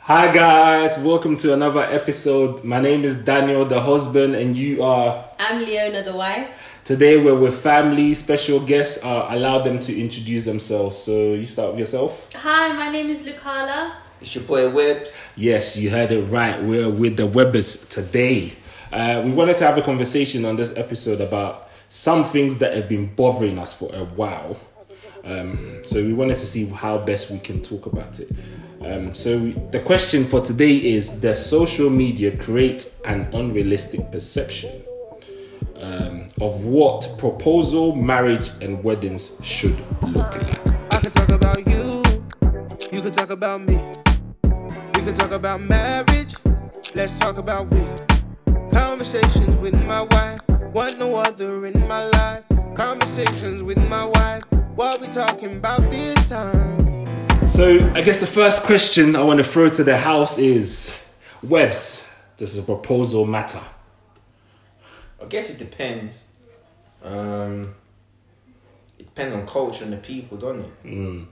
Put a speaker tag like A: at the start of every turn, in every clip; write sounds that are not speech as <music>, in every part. A: Hi guys, welcome to another episode. My name is Daniel, the husband, and you are.
B: I'm Leona, the wife.
A: Today we're with family. Special guests. Uh, allow them to introduce themselves. So you start with yourself.
B: Hi, my name is Lucala.
C: It's your boy Webs.
A: Yes, you heard it right. We're with the Webbers today. Uh, we wanted to have a conversation on this episode about some things that have been bothering us for a while. Um, so we wanted to see how best we can talk about it. Um, so we- the question for today is: Does social media create an unrealistic perception um, of what proposal, marriage, and weddings should look like?
D: I could talk about you. You could talk about me. We could talk about marriage. Let's talk about we. Conversations with my wife. Want no other in my life. Conversations with my wife. What we talking about this time?
A: So I guess the first question I want to throw to the house is: Webs, does a proposal matter?
C: I guess it depends. Um, it depends on culture and the people, don't it? Mm. Do you know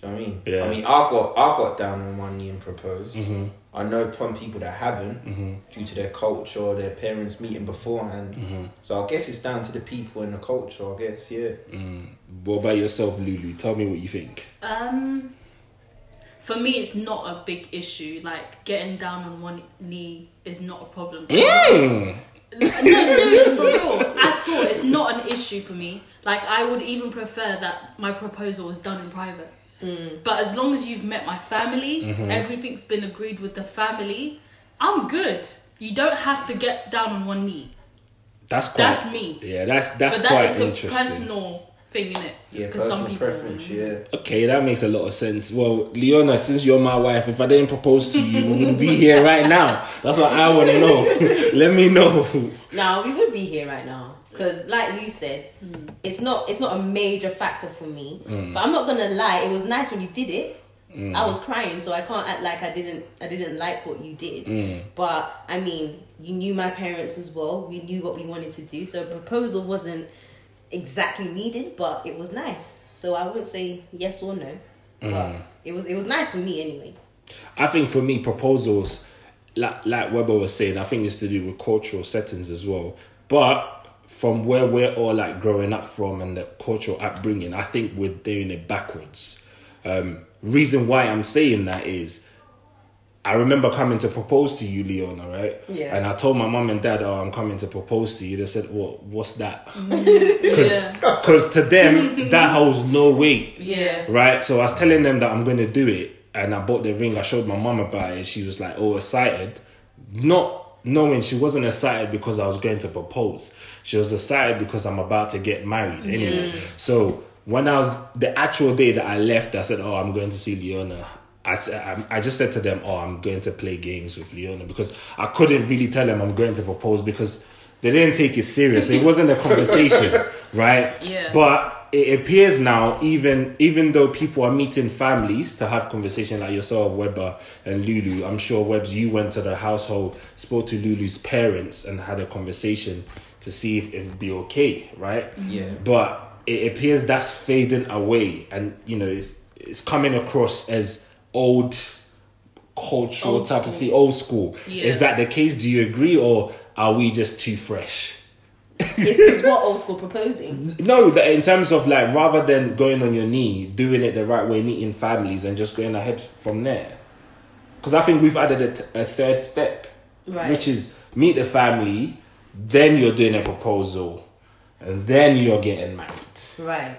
C: what I mean?
A: Yeah.
C: I mean, I got I got down on one knee and proposed. I know some people that haven't due to their culture, or their parents meeting beforehand. So I guess it's down to the people and the culture. I guess yeah.
A: What about yourself, Lulu? Tell me what you think.
B: Um, for me, it's not a big issue. Like getting down on one knee is not a problem. No, serious for real, at all. It's not an issue for me. Like I would even prefer that my proposal was done in private. But as long as you've met my family, everything's been agreed with the family. I'm good. You don't have to get down on one knee.
A: That's quite.
B: That's me.
A: Yeah, that's that's
B: but that
A: quite
B: is
A: interesting.
B: a personal thing, innit?
C: Yeah,
B: 'Cause
C: personal preference. Yeah.
A: Okay, that makes a lot of sense. Well, Leona, since you're my wife, if I didn't propose to you, we would be here right now. That's what I want to know. <laughs> Let me know.
E: No, we would be here right now because, like you said,
B: Hmm.
E: it's not it's not a major factor for me. But I'm not gonna lie, it was nice when you did it. I was crying, so I can't act like I didn't I didn't like what you did. But I mean, you knew my parents as well. We knew what we wanted to do, so a proposal wasn't exactly needed, but it was nice. So I wouldn't say yes or no. But it was it was nice for me anyway.
A: I think for me, proposals, like, like Weber was saying, I think it's to do with cultural settings as well. But from where we're all like growing up from and the cultural upbringing, I think we're doing it backwards. Um, reason why I'm saying that is I remember coming to propose to you, Leona, right?
E: Yeah.
A: And I told my mum and dad, oh, I'm coming to propose to you. They said, well, what's that? <laughs>
B: Yeah.
A: Because to them, that holds no weight
B: Yeah.
A: right? So I was telling them that I'm going to do it, and I bought the ring. I showed my mum about it. She was like, "Oh, excited," not knowing she wasn't excited because I was going to propose. She was excited because I'm about to get married anyway. So when I was the actual day that I left, I said, "Oh, I'm going to see Leona." I, s- I- I just said to them, "Oh, I'm going to play games with Leona because I couldn't really tell them I'm going to propose because they didn't take it serious. It wasn't a conversation, <laughs> right?
B: Yeah.
A: But but it appears now, even even though people are meeting families to have conversation like yourself, Weber and Lulu, I'm sure Webs, you went to the household, spoke to Lulu's parents, and had a conversation to see if it would be okay, right?
B: Mm-hmm.
C: Yeah.
A: But it appears that's fading away, and you know it's it's coming across as old cultural
B: Old
A: type of
B: school.
A: thing, old school.
B: Yeah.
A: Is that the case? Do you agree, or are we just too fresh?
E: It's what old school proposing.
A: No, that in terms of like rather than going on your knee, doing it the right way, meeting families, and just going ahead from there. Because I think we've added a, t- a third step,
E: Right.
A: which is meet the family, then you're doing a proposal, and then you're getting married.
E: Right.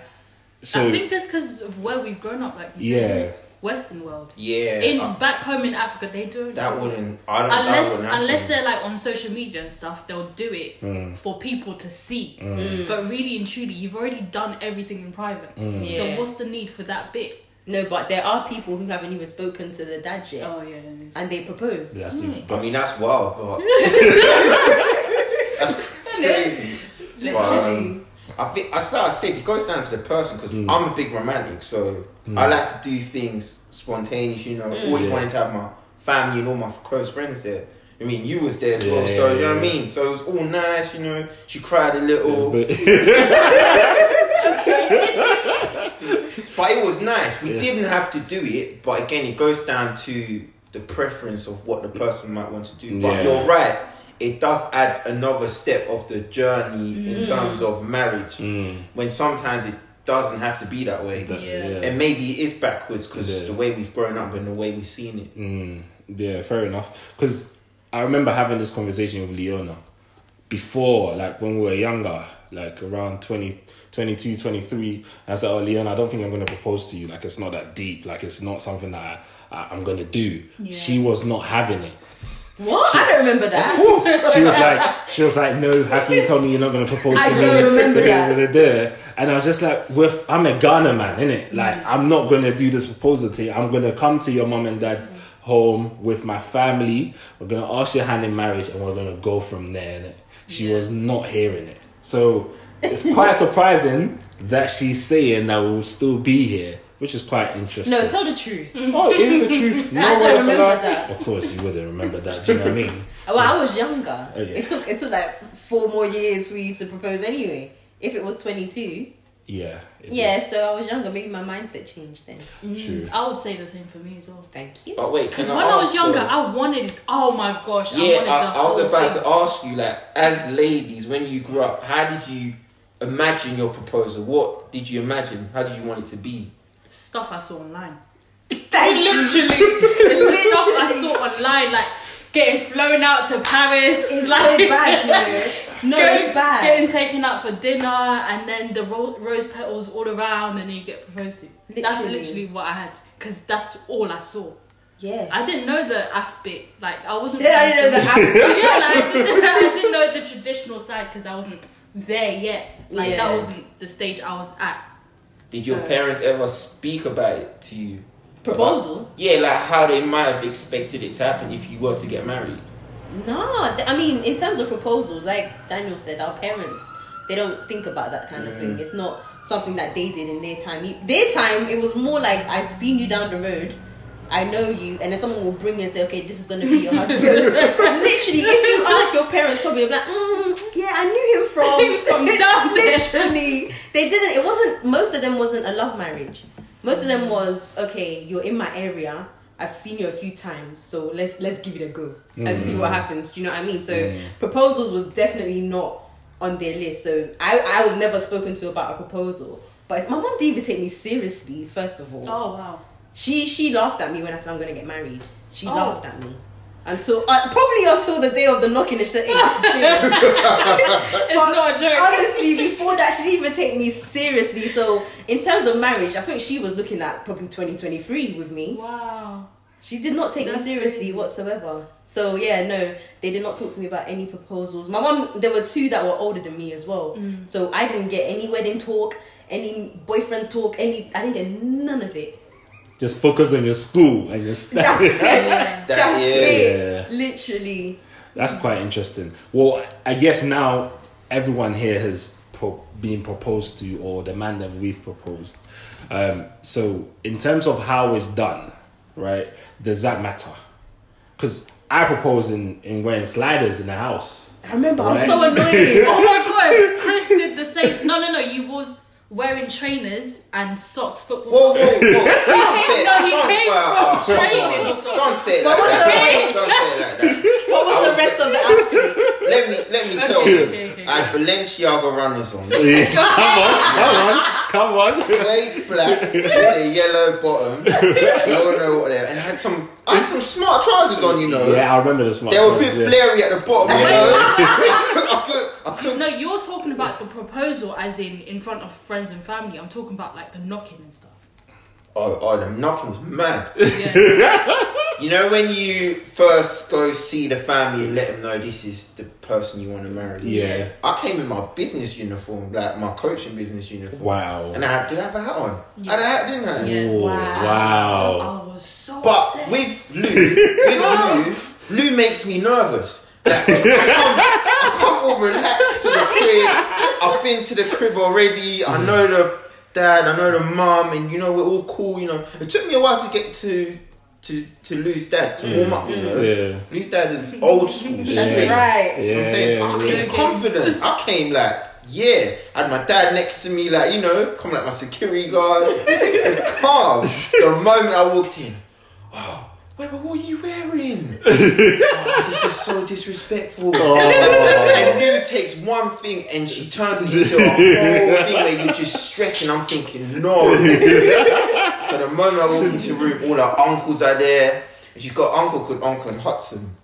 A: So
B: I think that's because of where we've grown up, like you
A: yeah,
B: said. Western world.
C: Yeah.
B: In
C: I-
B: back home in Africa, they don't.
C: that wouldn't. I don't. that
B: Unless
C: wouldn't happen.
B: unless they're like on social media and stuff, they'll do it
A: Mm.
B: for people to see.
C: Mm.
B: But really and truly, you've already done everything in private. So
A: Mm.
E: Yeah.
B: what's the need for that bit?
E: No, but there are people who haven't even spoken to the dad yet,
B: Oh yeah.
E: and they propose.
A: that's it.
C: I mean, that's wild, but that's crazy. But, um, I think I started sick. It goes down to the person because
A: Mm.
C: I'm a big romantic, so I like to do things spontaneous. You know, always
A: Yeah.
C: wanted to have my family and all my close friends there. I mean, you was there as well,
A: Yeah,
C: so
A: yeah,
C: you know what I
A: yeah.
C: mean. So it was all nice. You know, she cried a little, but, it was nice. We didn't have to do it, but again, it goes down to the preference of what the person might want to do. But
A: Yeah.
C: you're right. It does add another step of the journey
B: Mm.
C: in terms of marriage, when sometimes it doesn't have to be that way.
A: Mm. That-
B: Yeah.
A: yeah.
C: and maybe it is backwards because
A: Yeah.
C: the way we've grown up and the way we've seen it.
A: Mm, yeah, fair enough. Because I remember having this conversation with Leona before, like when we were younger, like around 20, 22, 23. And I said, Oh, Leona, I don't think I'm going to propose to you. Like, it's not that deep. Like, it's not something that I, I, I'm going to do.
B: Yeah.
A: She was not having it.
E: What? I don't remember that.
A: She was like, she was like, no, how can you tell me you're not gonna propose to
E: I
A: me?
E: don't remember that.
A: that. And I was just like, with I'm a Ghana man, innit? Like,
E: Mm.
A: I'm not gonna do this proposal to you. I'm gonna come to your mum and
E: Mm.
A: dad's home with my family. We're gonna ask your hand in marriage, and we're gonna go from there. Innit? She was not hearing it, so it's quite surprising that she's saying that we'll still be here, which is quite interesting.
E: No, tell the truth.
A: oh, it is the
E: <laughs>
A: truth. No
E: I don't
A: way of a
E: remember
A: lie.
E: that.
A: Of course, you wouldn't remember that. Do you know what I mean?
E: Well, I was younger.
A: Okay.
E: It took it took like four more years for you to propose anyway. If it was twenty two,
A: Yeah. it
E: yeah. So I was younger. Maybe my mindset changed then.
A: True.
B: I would say the same for me as well.
E: Thank you.
C: But wait,
B: Because when I was younger, I wanted. Oh my gosh! I
C: uh, yeah,
B: wanted
C: I,
B: the
C: I was
B: whole
C: about
B: thing.
C: to ask you, like, as ladies, when you grew up, how did you imagine your proposal? What did you imagine? How did you want it to be?
B: stuff I saw online.
E: Thank you.
B: Literally, it's the stuff I saw online, like getting flown out to Paris,
E: <laughs> It's so
B: like
E: bad,
B: <laughs>
E: you know. <laughs> No,
B: getting,
E: it's bad.
B: Getting taken out for dinner, and then the ro- rose petals all around, and then you get proposed. to. That's
E: Literally.
B: literally what I had, because that's all I saw.
E: yeah.
B: I didn't know the af bit. Like I wasn't.
E: yeah, I
B: <laughs>
E: didn't know that.
B: yeah, like, I, didn't, I didn't know <laughs> the traditional side because I wasn't there yet. Like
E: Yeah.
B: that wasn't the stage I was at.
C: Did your
E: So-
C: parents ever speak about it to you?
E: Proposal?
C: Yeah, like how they might have expected it to happen if you were to get married.
E: No, th- I mean, in terms of proposals, like Daniel said, our parents they don't think about that kind of thing. It's not something that they did in their time. You- Their time, it was more like I've seen you down the road. I know you, and then someone will bring you and say, "Okay, this is gonna be your husband." Literally, if you ask your parents, probably they'll be like, mm, "Yeah, I knew him from
B: From down there.
E: Literally, they didn't. It wasn't. Most of them wasn't a love marriage. Most of them
B: Mm.
E: was okay. You're in my area. I've seen you a few times, so let's let's give it a go and see
B: Mm.
E: what happens. Do you know what I mean? So proposals was definitely not on their list. So I I was never spoken to about a proposal. But it's, my mom didn't even take me seriously. First of all,
B: Oh wow.
E: she she laughed at me when I said I'm gonna get married. She
B: Oh.
E: laughed at me until uh, probably until the day of the knocking and she said, "Hey, this is serious."
B: It's not <laughs> a joke.
E: honestly, before that, she didn't even take me seriously. So, in terms of marriage, I think she was looking at probably 2023 with me.
B: wow.
E: She did not take
B: That's
E: me seriously
B: crazy.
E: whatsoever. So, yeah, no, they did not talk to me about any proposals. My mom, there were two that were older than me as well. So, I didn't get any wedding talk, any boyfriend talk, any, I didn't get none of it.
A: Just focus on your school and your stuff.
E: That's it.
B: Yeah.
E: That's
C: yeah.
A: Yeah.
E: it. Literally.
A: That's quite interesting. Well, I guess now everyone here has pro- been proposed to, or the man that we've proposed. Um, so, in terms of how it's done, right? Does that matter? Because I propose in, in wearing sliders in the house.
E: I remember I was
A: Right.
E: so annoyed.
B: <laughs> Oh my god, Chris did the same. No, no, no. You was wearing trainers and socks, football.
C: Whoa, whoa, whoa!
B: <laughs> socks.
C: don't say
B: no, he came
C: wow,
B: from
C: wow,
B: training
C: wow.
B: or something.
C: Don't say it
E: What
C: like
E: was
C: that. Don't say it like that.
E: What was the rest of the outfit?
C: Let me let me
B: Okay,
C: tell you.
B: okay, okay.
C: I had Balenciaga runners on.
A: come on, come on, come on. <laughs>
C: Suede black with a yellow bottom. I don't know what they are. And I had some I had some smart trousers on, you know.
A: Yeah, I remember this one.
C: They were a bit flary at the bottom, you
B: Wait,
C: know.
B: wait, wait, wait.
C: I could I could
B: No, you're talking about the proposal, as in in front of friends and family. I'm talking about like the knocking and stuff.
C: Oh oh the knocking was mad.
B: Yeah.
C: You know when you first go see the family and let them know this is the person you want to marry?
A: Yeah.
C: I came in my business uniform, like my coaching business uniform.
A: Wow.
C: And I had- did I have a hat on?
B: Yeah.
C: I had a hat, didn't I?
B: Yeah.
A: Oh,
B: So
A: wow.
B: I was so
C: But
B: upset.
C: with Lou,
E: <laughs>
C: with Lou, Lou makes me nervous. Like, I, can't, I can't all relax to the crib. I've been to the crib already. I know the dad, I know the mum, and you know we're all cool. You know, it took me a while to get to to to Lou's dad to warm up. You know,
A: Yeah.
C: Lou's dad is old school.
E: That's
C: straight.
A: Yeah.
E: right.
C: You know what I'm saying? So I
B: yeah.
C: came confident. I came like, yeah. I had my dad next to me, like, you know, coming <laughs> like my security guard. It was calm. the moment I walked in, oh, wait, but what are you wearing? <laughs> "Oh, this is so disrespectful. And Lou takes one thing and she turns it into a <laughs> whole thing where you're just stressing. I'm thinking, <laughs> no. so the moment I walk into the room, all her uncles are there. And she's got an uncle called Uncle Hudson.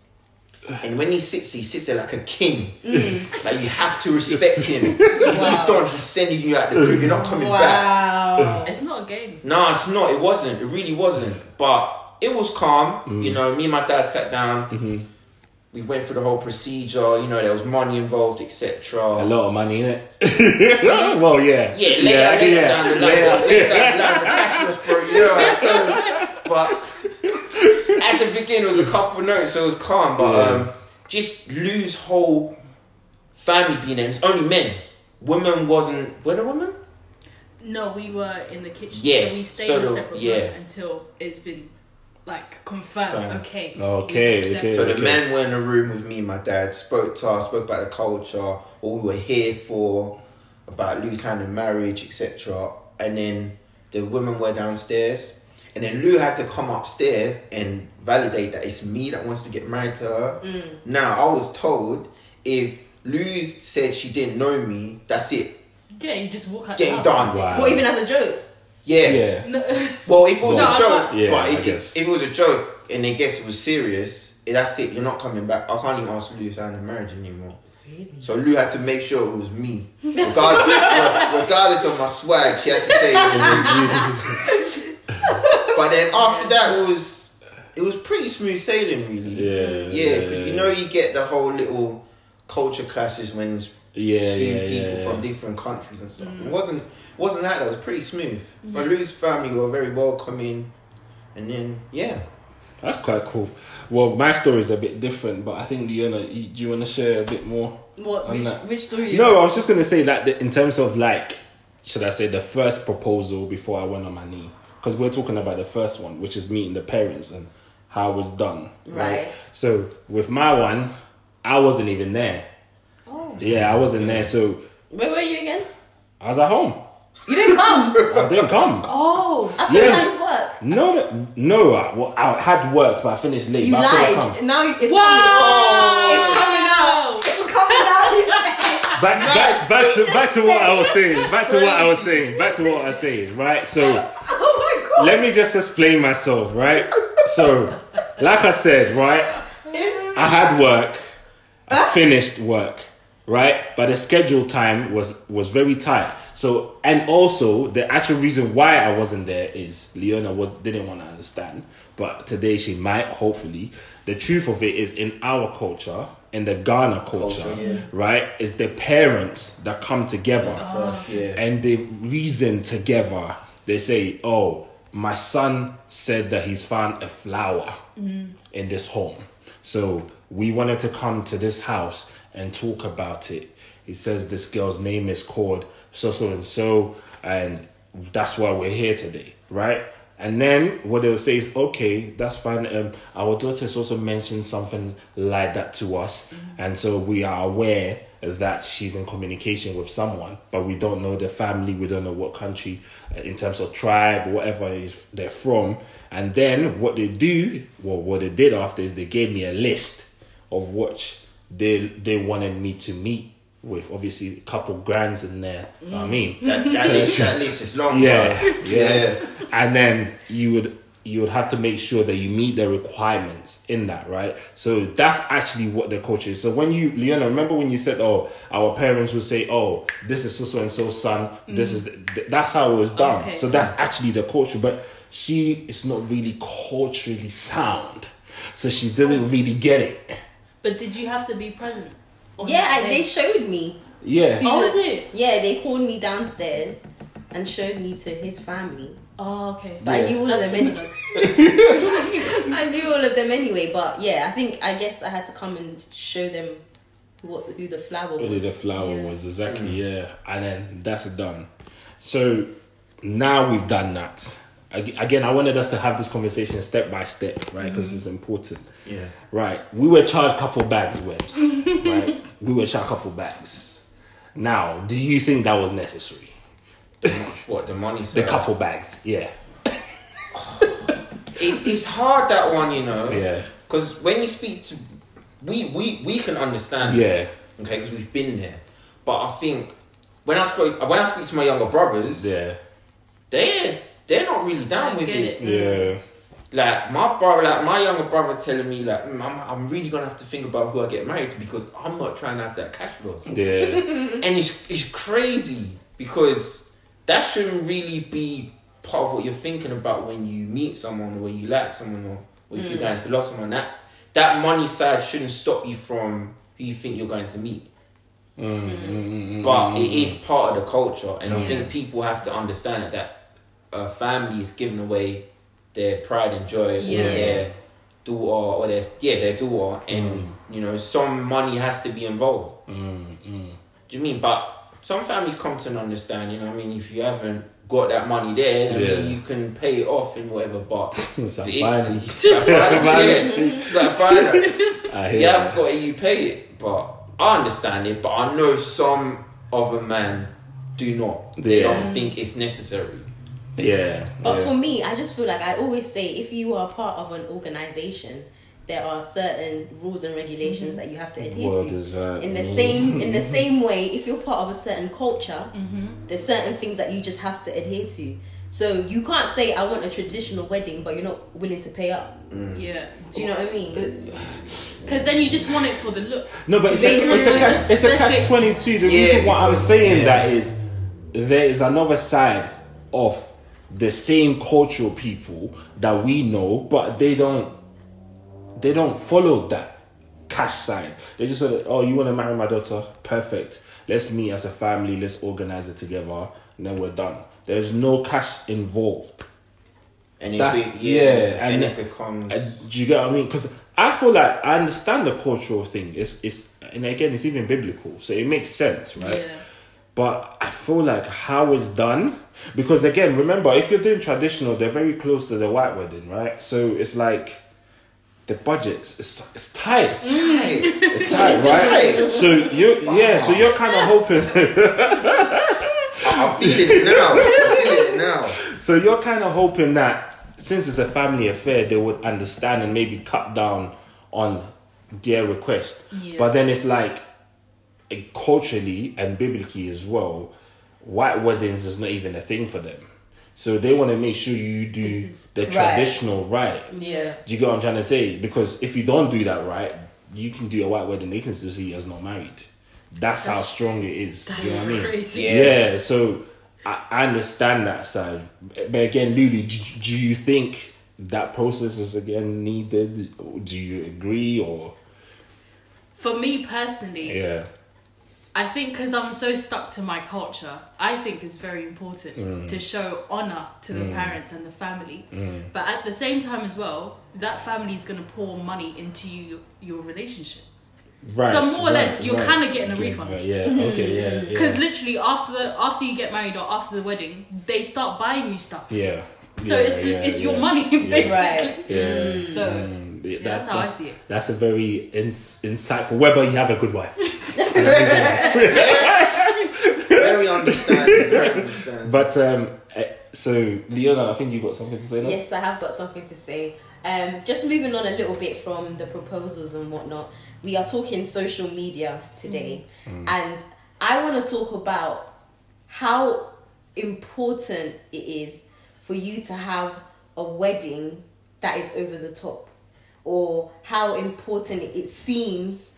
C: And when he sits, he sits there like a king. Like you have to respect him. If you don't, he's sending you out the crib. You're not coming back.
E: Wow.
B: It's not a game.
C: No, it's not. It wasn't. It really wasn't. But it was calm. You know, me and my dad sat down. We went through the whole procedure. You know, there was money involved,
A: A
C: etc.
A: lot of money in it. <laughs> well, yeah.
C: Yeah, later, later down the line, later down the line, the cash was broke. You know how it goes. But at the beginning, it was a couple of notes, so it was calm. But
A: Yeah.
C: um, just Lou's whole family being there. It was only men. Women wasn't. Were there women?
B: No, we were in the kitchen,
C: Yeah,
B: so we stayed
C: so
B: in a
C: the-
B: separate
C: yeah.
B: room until it's been like confirmed.
C: Fine.
B: Okay.
A: Okay,
B: we've accepted.
A: okay.
C: So the men were in a room with me and my dad, spoke to us, spoke about the culture, what we were here for, about Lou's hand in marriage, etc. And then the women were downstairs. And then Lou had to come upstairs and validate that it's me that wants to get married to her. Now, I was told if Lou said she didn't know me, that's it.
B: Yeah, you just walk out.
C: Getting
B: the house.
C: done.
A: Wow.
E: Or even as a joke.
C: Yeah.
A: yeah.
B: No,
C: Well, if it was
B: No,
C: a
B: I
C: joke,
A: can't- Yeah,
C: but
A: I
C: if,
A: guess.
C: if it was a joke and they guess it was serious, eh, that's it. You're not coming back. I can't even ask Lou to sign the marriage anymore. So Lou had to make sure it was me, regardless, re- regardless of my swag. She had to say it was me. but then after that, it was it was pretty smooth sailing, really.
A: Yeah,
C: yeah. 'cause
A: yeah,
C: you know, you get the whole little culture clashes when it's
A: Yeah,
C: two
A: yeah,
C: people
A: yeah.
C: from different countries and stuff.
B: Mm.
C: It wasn't wasn't like that. It was pretty smooth. But Lou's family were very welcoming, and then yeah,
A: That's quite cool. Well, my story is a bit different, but I think Leona, you, do you want to share a bit more?
E: What?
A: I'm
E: Which,
A: not-
E: which story?
A: No, I was just gonna say that the, in terms of like, should I say the first proposal before I went on my knee? Because we're talking about the first one, which is meeting the parents and how it was done.
E: Right.
A: So with my one, I wasn't even there.
E: Oh.
A: Yeah, I wasn't there. So
E: Where were you again?
A: I was at home.
E: You didn't come.
A: I didn't come.
B: Oh,
E: I saw
A: Yeah.
E: you at work.
A: No, no, no I, well, I had work, but I finished late.
E: You
A: but I couldn't
E: lied.
A: come.
E: Now it's
B: Wow.
E: <laughs> coming out. It's coming out. It's coming out.
A: back, back, back to back to what I was saying. Back to what I was saying. Back to what I was saying. Right. So
E: oh my god.
A: let me just explain myself. Right. So, like I said, right. I had work. I finished work, right? But the schedule time was was very tight. So and also the actual reason why I wasn't there is Leona was didn't want to understand. But today she might, hopefully. The truth of it is in our culture, in the Ghana culture,
C: Culture, yeah.
A: right, is the parents that come together
B: Oh.
C: Gosh, yeah.
A: and they reason together. They say, "Oh, my son said that he's found a flower in this home, so we wanted to come to this house and talk about it." He says this girl's name is called so so and so, and that's why we're here today, right? And then what they'll say is, okay, that's fine. Um, our daughter's also mentioned something like that to us, and so we are aware that she's in communication with someone, but we don't know the family, we don't know what country, uh, in terms of tribe, whatever is they're from. And then what they do, well, what they did after is they gave me a list of what they they wanted me to meet with. Obviously, a couple grands in there. know what I mean,
C: that,
A: <laughs>
C: that list that list is long.
A: Yeah,
C: bro. yeah.
A: and then you would you would have to make sure that you meet the requirements in that right so that's actually what the culture is so when you leona remember when you said oh our parents would say oh this is so so and so's son this is th- that's how it was done
B: Okay.
A: so that's actually the culture but she is not really culturally sound so she didn't really get it
B: but did you have to be present? on
E: Yeah,
B: that
E: I,
B: day?
E: they showed me.
A: yeah
B: Oh, is it?
E: Yeah, they called me downstairs and showed me to his family.
B: Oh, okay.
E: But
A: Yeah.
E: I knew all of
B: That's
E: them
B: similar.
E: anyway. <laughs> I knew all of them anyway. But yeah, I think I guess I had to come and show them what who the flower
A: Only the
E: was.
A: flower was exactly yeah, and then that's done. So now we've done that. Ag- Again, I wanted us to have this conversation step by step, right? Because it's important.
C: Yeah.
A: Right. We were charged couple bags,
E: <laughs>
A: webs. right. We were charged couple bags. Now, do you think that was necessary?
C: What the money?
A: The couple bags, yeah.
C: it, it's hard that one, you know.
A: Yeah.
C: Because when you speak to, we we we can understand.
A: Yeah.
C: Okay, because we've been there. But I think when I spoke when I speak to my younger brothers,
A: Yeah.
C: they they're not really down
B: I
C: with
B: get it.
C: it.
E: Mm.
A: Yeah.
C: Like my brother, like my younger brother's telling me, like "Mm, I'm, I'm really gonna have to think about who I get married to because I'm not trying to have that cash loss.
A: Mm-hmm. Yeah.
C: and it's it's crazy because that shouldn't really be part of what you're thinking about when you meet someone or when you like someone or or if you're going to love someone. That that money side shouldn't stop you from who you think you're going to meet.
E: Mm.
A: Mm,
C: But it is part of the culture, and I think people have to understand that that a family is giving away their pride and joy,
E: Yeah.
C: or their daughter, or their yeah, their daughter, and you know some money has to be involved. Do you mean? But some families come to an understanding. I mean, if you haven't got that money there, I
A: Yeah.
C: mean, you can pay it off and whatever. But
A: It's like
C: if
A: violence.
C: <laughs> It's like violence, yeah. It's like violence.
A: I
C: You
A: hear.
C: haven't got it, you pay it. But I understand it. But I know some other men do not. They
A: Yeah.
C: don't think it's necessary.
A: that. Yeah.
E: But
A: yeah.
E: for me, I just feel like I always say if you are part of an organization, there are certain rules and regulations that you have to adhere
A: What
E: to.
A: does that
E: In the
A: mean?
E: same in the same way, if you're part of a certain culture, there's certain things that you just have to adhere to. So you can't say I want a traditional wedding, but you're not willing to pay up.
B: Yeah.
E: Do you know what I mean?
B: Because then you just want it for the look.
A: No, but it's a,
E: Basically,
A: it's a catch. It's a catch
B: aesthetics.
A: twenty two. The
C: Yeah,
A: reason why I'm
C: because-
A: saying
C: yeah.
A: that is there is another side of the same cultural people that we know, but they don't. They don't follow that cash side. They just sort of, oh, you want to marry my daughter? Perfect. Let's meet as a family. Let's organize it together, and then we're done. There's no cash involved.
C: And it
A: That's-
C: be-
A: yeah, and-
C: and, it becomes
A: Uh, do you get what I mean? Because I feel like I understand the cultural thing. It's it's and again, it's even biblical, so it makes sense, right?
B: Yeah.
A: But I feel like how it's done because again, remember, if you're doing traditional, they're very close to the white wedding, right? So it's like the budgets. It's it's tight.
C: Hey,
A: It's tight, right? So you yeah. So you're kind of hoping.
C: I feel it now. I feel it now.
A: so you're kind of hoping that since it's a family affair, they would understand and maybe cut down on their request.
B: Yeah.
A: But then it's like eh, culturally and biblically as well, white weddings is not even a thing for them. So they want to make sure you do
B: This is-
A: the
E: Right.
A: traditional right.
E: Yeah.
A: Do you get what I'm trying to say? Because if you don't do that right, you can do a white wedding, they can still see you as not married. That's, how strong it is. Do you know
B: That's
A: what I mean?
B: crazy.
A: Yeah. so I, I understand that side. But again, Lulu, do, do you think that process is again needed? Do you agree or
B: For me personally,
A: yeah?
B: I think because I'm so stuck to my culture, I think it's very important
A: Mm.
B: to show honor to the parents and the family.
A: Mm.
B: But at the same time, as well, that family is going to pour money into you, your relationship.
A: Right.
B: So more or less,
A: right,
B: you're
A: right.
B: kinda getting a
A: Yeah,
B: refund. Mm.
A: Yeah. Okay. Yeah. yeah.
B: Because literally, after the, after you get married or after the wedding, they start buying you stuff.
A: yeah.
B: So
A: yeah,
B: it's
A: yeah,
B: it's your
A: yeah. Mm.
B: money <laughs> basically.
E: Right.
A: Yeah.
B: So
A: Yeah,
B: that's how I see it.
A: That's a very ins- insightful. Whether you have a good wife.
C: Very understanding. Very understanding.
A: But um, eh, so Leona, I think you got something to say. now?
E: Yes, I have got something to say. Um, just moving on a little bit from the proposals and whatnot, we are talking social media today, and I want to talk about how important it is for you to have a wedding that is over the top, or how important it seems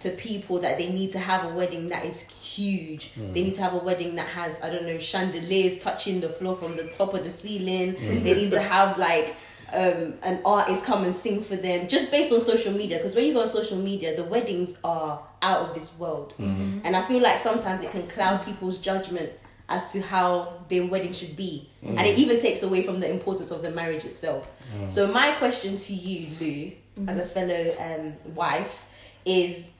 E: to people that they need to have a wedding that is huge. They need to have a wedding that has, I don't know, chandeliers touching the floor from the top of the ceiling. They need to have like um, an artist come and sing for them just based on social media. Because when you go on social media, the weddings are out of this world. And I feel like sometimes it can cloud people's judgment as to how their wedding should be. And it even takes away from the importance of the marriage itself. So, my question to you, Lou, as a fellow um, wife, is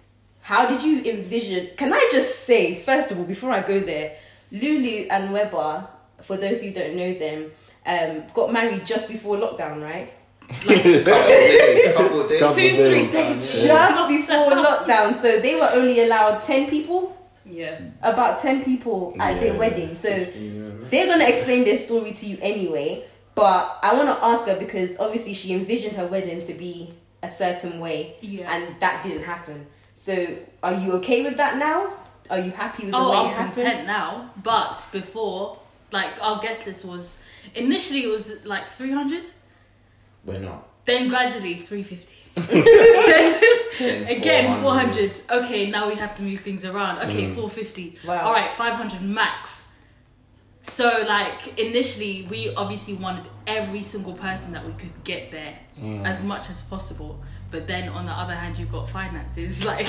E: how did you envision? Can I just say, first of all, before I go there, Lulu and Weber, for those who don't know them, um, got married just before lockdown, right?
A: <laughs>
C: couple of days. Couple of days.
A: Couple
B: two
A: Very
B: three
A: bad,
B: days.
E: Just before lockdown, so they were only allowed 10 people,
B: Yeah.
E: about 10 people at their
A: Yeah.
E: wedding. So
C: Yeah.
E: they're gonna explain their story to you anyway. But I want to ask her because obviously she envisioned her wedding to be a certain way,
B: Yeah.
E: and that didn't happen. So, are you okay with that now? Are you happy with the way
B: Oh,
E: it
B: I'm
E: happened?
B: content now. But before, like our guest list was initially it was like 300,
C: We're not.
B: then gradually 350. then again 400. Okay, now we have to move things around. Okay, 450.
E: Wow.
B: All right, 500 max. So like initially we obviously wanted every single person that we could get there as much as possible. But then on the other hand you've got finances <laughs> like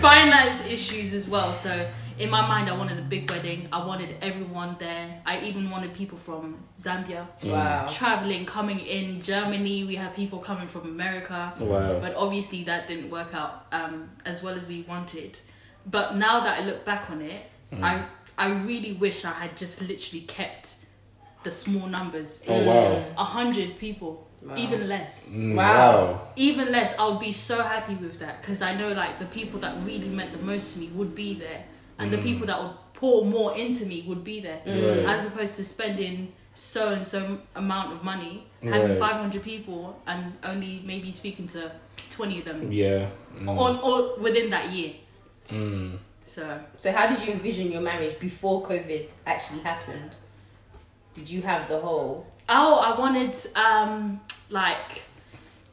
B: finance issues as well. So in my mind I wanted a big wedding. I wanted everyone there. I even wanted people from Zambia
E: Wow.
B: traveling coming in germany we have people coming from america
A: Oh, Wow.
B: but obviously that didn't work out um, as well as we wanted but now that i look back on it
A: Mm.
B: i i really wish i had just literally kept the small numbers
A: Oh wow.
B: a hundred people even less
A: Mm,
E: Wow.
B: even less i would be so happy with that because i know like the people that really meant the most to me would be there and the people that would pour more into me would be there
A: Mm. Right.
B: as opposed to spending so and so amount of money having
A: Right.
B: 500 people and only maybe speaking to 20 of them
A: Yeah. Mm.
B: or, or within that year so
E: So, how did you envision your marriage before COVID actually happened? Did you have the whole?
B: Oh, I wanted um like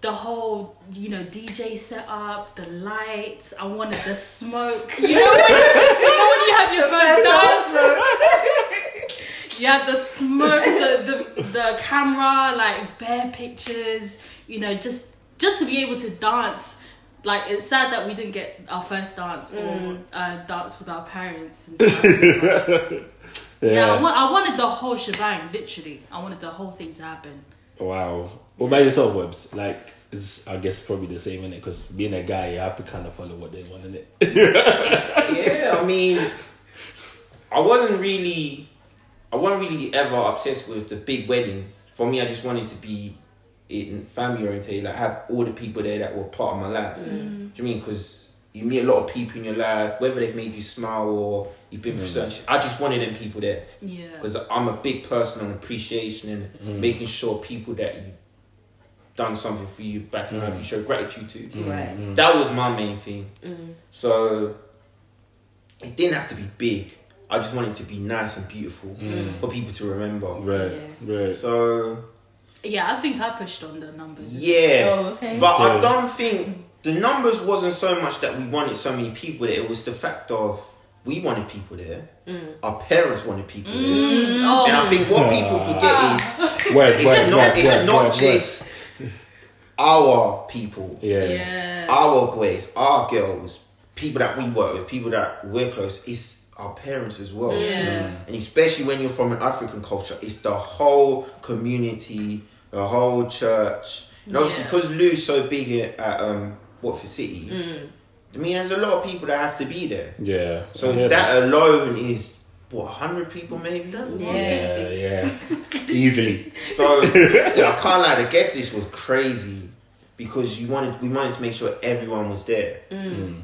B: the whole you know DJ setup, the lights. I wanted the smoke. <laughs> You know when you, you, know when you have your first dance, <laughs> you have the smoke, the, the the camera, like bare pictures. You know, just just to be able to dance. Like it's sad that we didn't get our first dance or uh, dance with our parents and stuff.
A: yeah.
B: yeah, I, want, I wanted the whole shebang. Literally, I wanted the whole thing to happen.
A: Wow. What about yourself, Webs? Like, it's, I guess probably the same in it because being a guy, you have to kind of follow what they want in it.
C: yeah, I mean, I wasn't really, I wasn't really ever obsessed with the big weddings. For me, I just wanted to be in family oriented, like have all the people there that were part of my life. Do you mean? Because you meet a lot of people in your life, whether they've made you smile or you've been through such. I just wanted them people there
B: Yeah.
C: because I'm a big person on appreciation and making sure people that you done something for you back in life you show gratitude to.
E: Right. Mm.
C: That was my main thing. So it didn't have to be big. I just wanted it to be nice and beautiful for people to remember.
A: <laughs> Right. Right.
C: So
B: Yeah, I think I pushed on the numbers.
C: yeah,
E: okay.
C: but I
A: Okay.
C: don't think the numbers wasn't so much that we wanted so many people there. It was the fact of we wanted people there.
E: Mm.
C: Our parents wanted people there.
B: Oh,
C: And I think what people
E: Ah.
C: forget is
A: Word,
C: it's
A: word,
C: not,
A: word,
C: it's
A: word,
C: not
A: word,
C: just our people,
A: word. Yeah.
B: yeah.
C: our boys, our girls, people that we work with, people that we're close. It's our parents as well.
B: Yeah.
C: And especially when you're from an African culture, it's the whole community, the whole church. And obviously,
B: Yeah.
C: because Lou's so big at at, um, Watford City,
B: Mm.
C: I mean, there's a lot of people that have to be there.
A: Yeah.
C: So
A: I hear
C: that, alone is, what, 100 people maybe?
B: That's
A: Yeah,
B: yeah.
A: yeah. Easily.
C: So dude, I can't lie, the guest list was crazy because you wanted we wanted to make sure everyone was there.
A: Mm.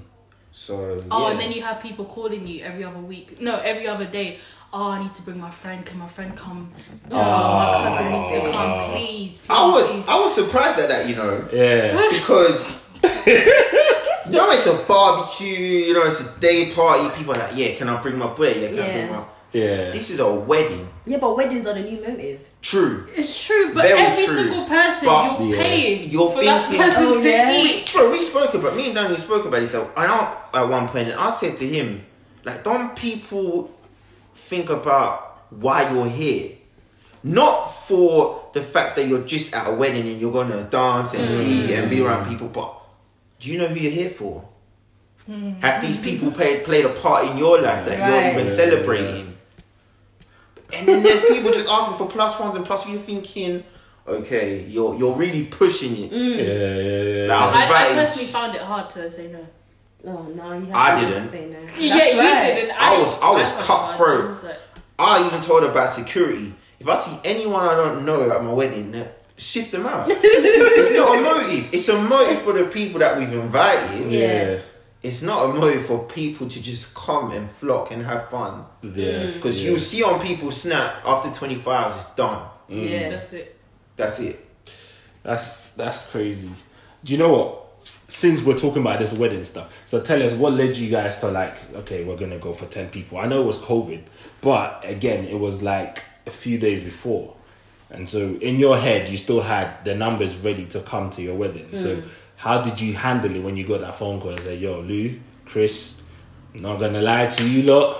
C: So
B: Oh,
C: yeah.
B: and then you have people calling you every other week. No, every other day. Oh, I need to bring my friend. Can my friend come? Oh, my cousin needs to come, please. please
C: Oh. I was
B: please.
C: I was surprised at that, you know,
A: Yeah.
B: <laughs>
C: because you know it's a barbecue, you know it's a day party. People are like, yeah, can I bring my boy? Yeah, can I bring
E: Yeah.
C: my?
A: Yeah.
C: This is a wedding.
E: Yeah, but weddings are the new motive.
C: True.
B: It's true, but
C: Very
B: every
C: true.
B: single person
C: But
B: you're
A: yeah.
B: paying
C: You're
B: for that
C: thinking-
B: person
E: Oh,
B: to
E: yeah.
B: eat.
C: Bro, we spoke about me and Danny spoke about this at, and I, at one point, and I said to him, like, don't people think about why you're here? Not for the fact that you're just at a wedding and you're gonna dance and eat and be around people, but do you know who you're here for? Have these people played played a part in your life that
E: Right.
C: you're even
A: Yeah,
C: celebrating? And then there's people just asking for plus ones and plus. You're thinking, okay, you're you're really pushing it.
A: Yeah. Yeah.
C: Nah,
A: Yeah.
C: was
B: I, I
C: invited.
B: personally found it hard to say no.
E: Oh no, you have
C: I
E: to
C: didn't.
E: say no. That's
B: yeah,
E: right.
B: you didn't.
C: I was- I was
B: found it hard.
C: cutthroat.
B: I was like,
C: I even told her about security. If I see anyone I don't know at my wedding, uh, shift them out. it's not a motive. It's a motive for the people that we've invited.
A: Yeah.
C: It's not a motive for people to just come and flock and have fun.
A: Yeah.
C: Because you see on people snap after 24 hours, it's done.
A: Mm.
B: Yeah, that's it.
C: That's it.
A: That's that's crazy. Do you know what? Since we're talking about this wedding stuff, so tell us what led you guys to like, okay, we're gonna go for ten people. I know it was COVID, but again, it was like a few days before. And so in your head you still had the numbers ready to come to your wedding. So how did you handle it when you got that phone call and said, Yo, Lou, Chris, not gonna lie to you lot.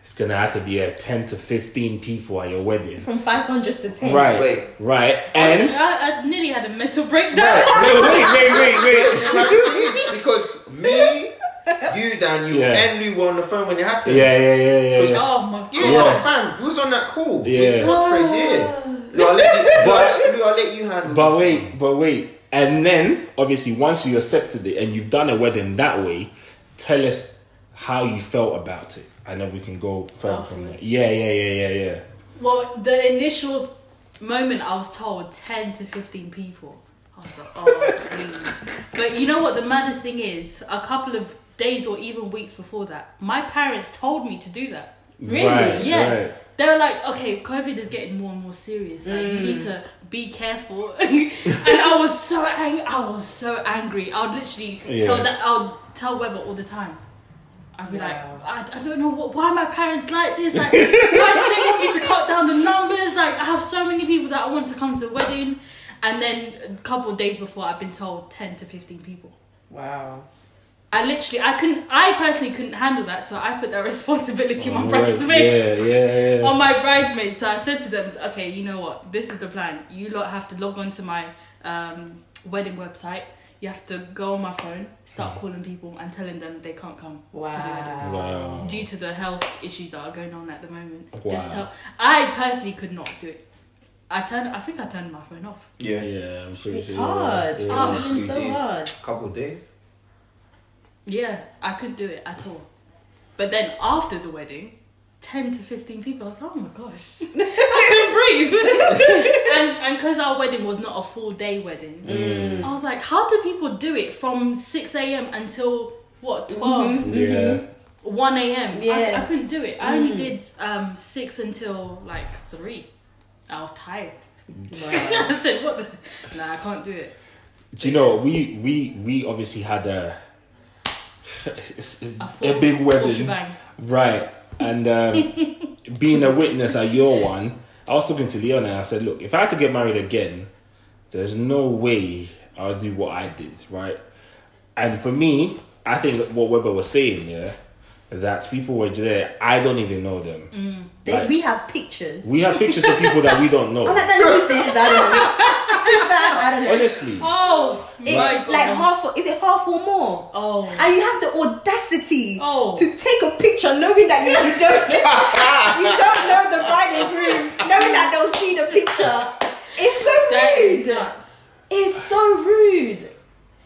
A: It's gonna have to be a ten to fifteen people at your wedding.
E: From 500 to 10.
A: Right.
C: Wait.
A: Right. And
B: I, I nearly had a mental breakdown.
A: wait, wait, wait, wait.
C: Like, the thing is, because me, you, Daniel,
A: Yeah.
C: and Lou were on the phone when it happened.
A: Yeah, yeah, yeah, yeah. yeah.
B: <laughs> Oh my god.
C: Yeah,
A: Yes.
C: fam, who was on that call?
A: Yeah.
C: With Godfrey, yeah. Lou, I'll let you, but, Lou, I'll let you handle
A: But
C: this
A: wait, but wait. And then, obviously, once you accepted it and you've done a wedding that way, tell us how you felt about it. And then we can go further from there. Yeah, yeah, yeah, yeah, yeah.
B: Well, the initial moment I was told 10 to 15 people. I was like, oh, please. But you know what? The maddest thing is, a couple of days or even weeks before that, my parents told me to do that.
E: Really?
A: Right,
B: Yeah.
A: right.
B: They were like, okay, COVID is getting more and more serious. Like, you
A: Mm.
B: need to be careful. <laughs> and I was so angry. I was so angry. I would literally
A: Yeah.
B: tell that. I would tell Weber all the time. I'd be
E: Wow.
B: like, I, I don't know what, why are my parents like this. Like, why do they want me to cut down the numbers? Like, I have so many people that I want to come to the wedding. And then a couple of days before, I've been told ten to fifteen people.
E: Wow.
B: I literally, I couldn't, I personally couldn't handle that, so I put that <laughs> responsibility on my
A: Right, yeah,
B: bridesmaids
A: yeah, yeah.
B: on my bridesmaids. So I said to them, okay, you know what? This is the plan. You lot have to log on to my um, wedding website. You have to go on my phone, start
A: Mm.
B: calling people, and telling them they can't come to the wedding
A: Wow.
B: due to the health issues that are going on at the moment. Just
A: Wow.
B: tell, I personally could not do it. I turned. I think I turned my phone off.
C: Yeah.
A: Yeah, I'm pretty
E: It's
A: sure.
E: hard.
A: Yeah.
E: Oh, it's been so
C: Yeah.
E: hard.
C: Couple of days.
B: Yeah, I couldn't do it at all. But then after the wedding, 10 to 15 people, I was like, oh my gosh, <laughs> I couldn't breathe. <laughs> and and because our wedding was not a full day wedding, I was like, how do people do it from 6 a.m. until what, 12,
A: Yeah.
B: 1 a.m.? I-
E: Yeah.
B: I, couldn't do it. I only did um, 6 until like 3. I was tired. <laughs> I said, what the? Nah, I can't do it.
A: Do you know we we we obviously had a <laughs> it's
B: A
A: a,
B: full-
A: big
B: full
A: wedding,
B: shebang.
A: right? And um, being a witness at your one, I was talking to Leona and I said, "Look, if I had to get married again, there's no way I'll do what I did, right?" And for me, I think that what Weber was saying, yeah, that people were there. I don't even know them.
E: Mm. They, Oh,
A: Like,
E: We have pictures.
A: we have pictures of people that we don't know.
E: I'm like, "Daniel, who's
A: <laughs>
E: this? I don't know. Who's that? I don't know.
A: Honestly,
B: Oh,
E: It's
B: my God.
E: like half, or- is it half or more?
B: oh.
E: And you have the audacity
B: Oh.
E: to take a picture knowing that you, you
B: <laughs>
E: don't you don't know the bride and groom, knowing that they'll see the picture. It's so
B: That is
E: rude.
B: nuts.
E: It's so rude.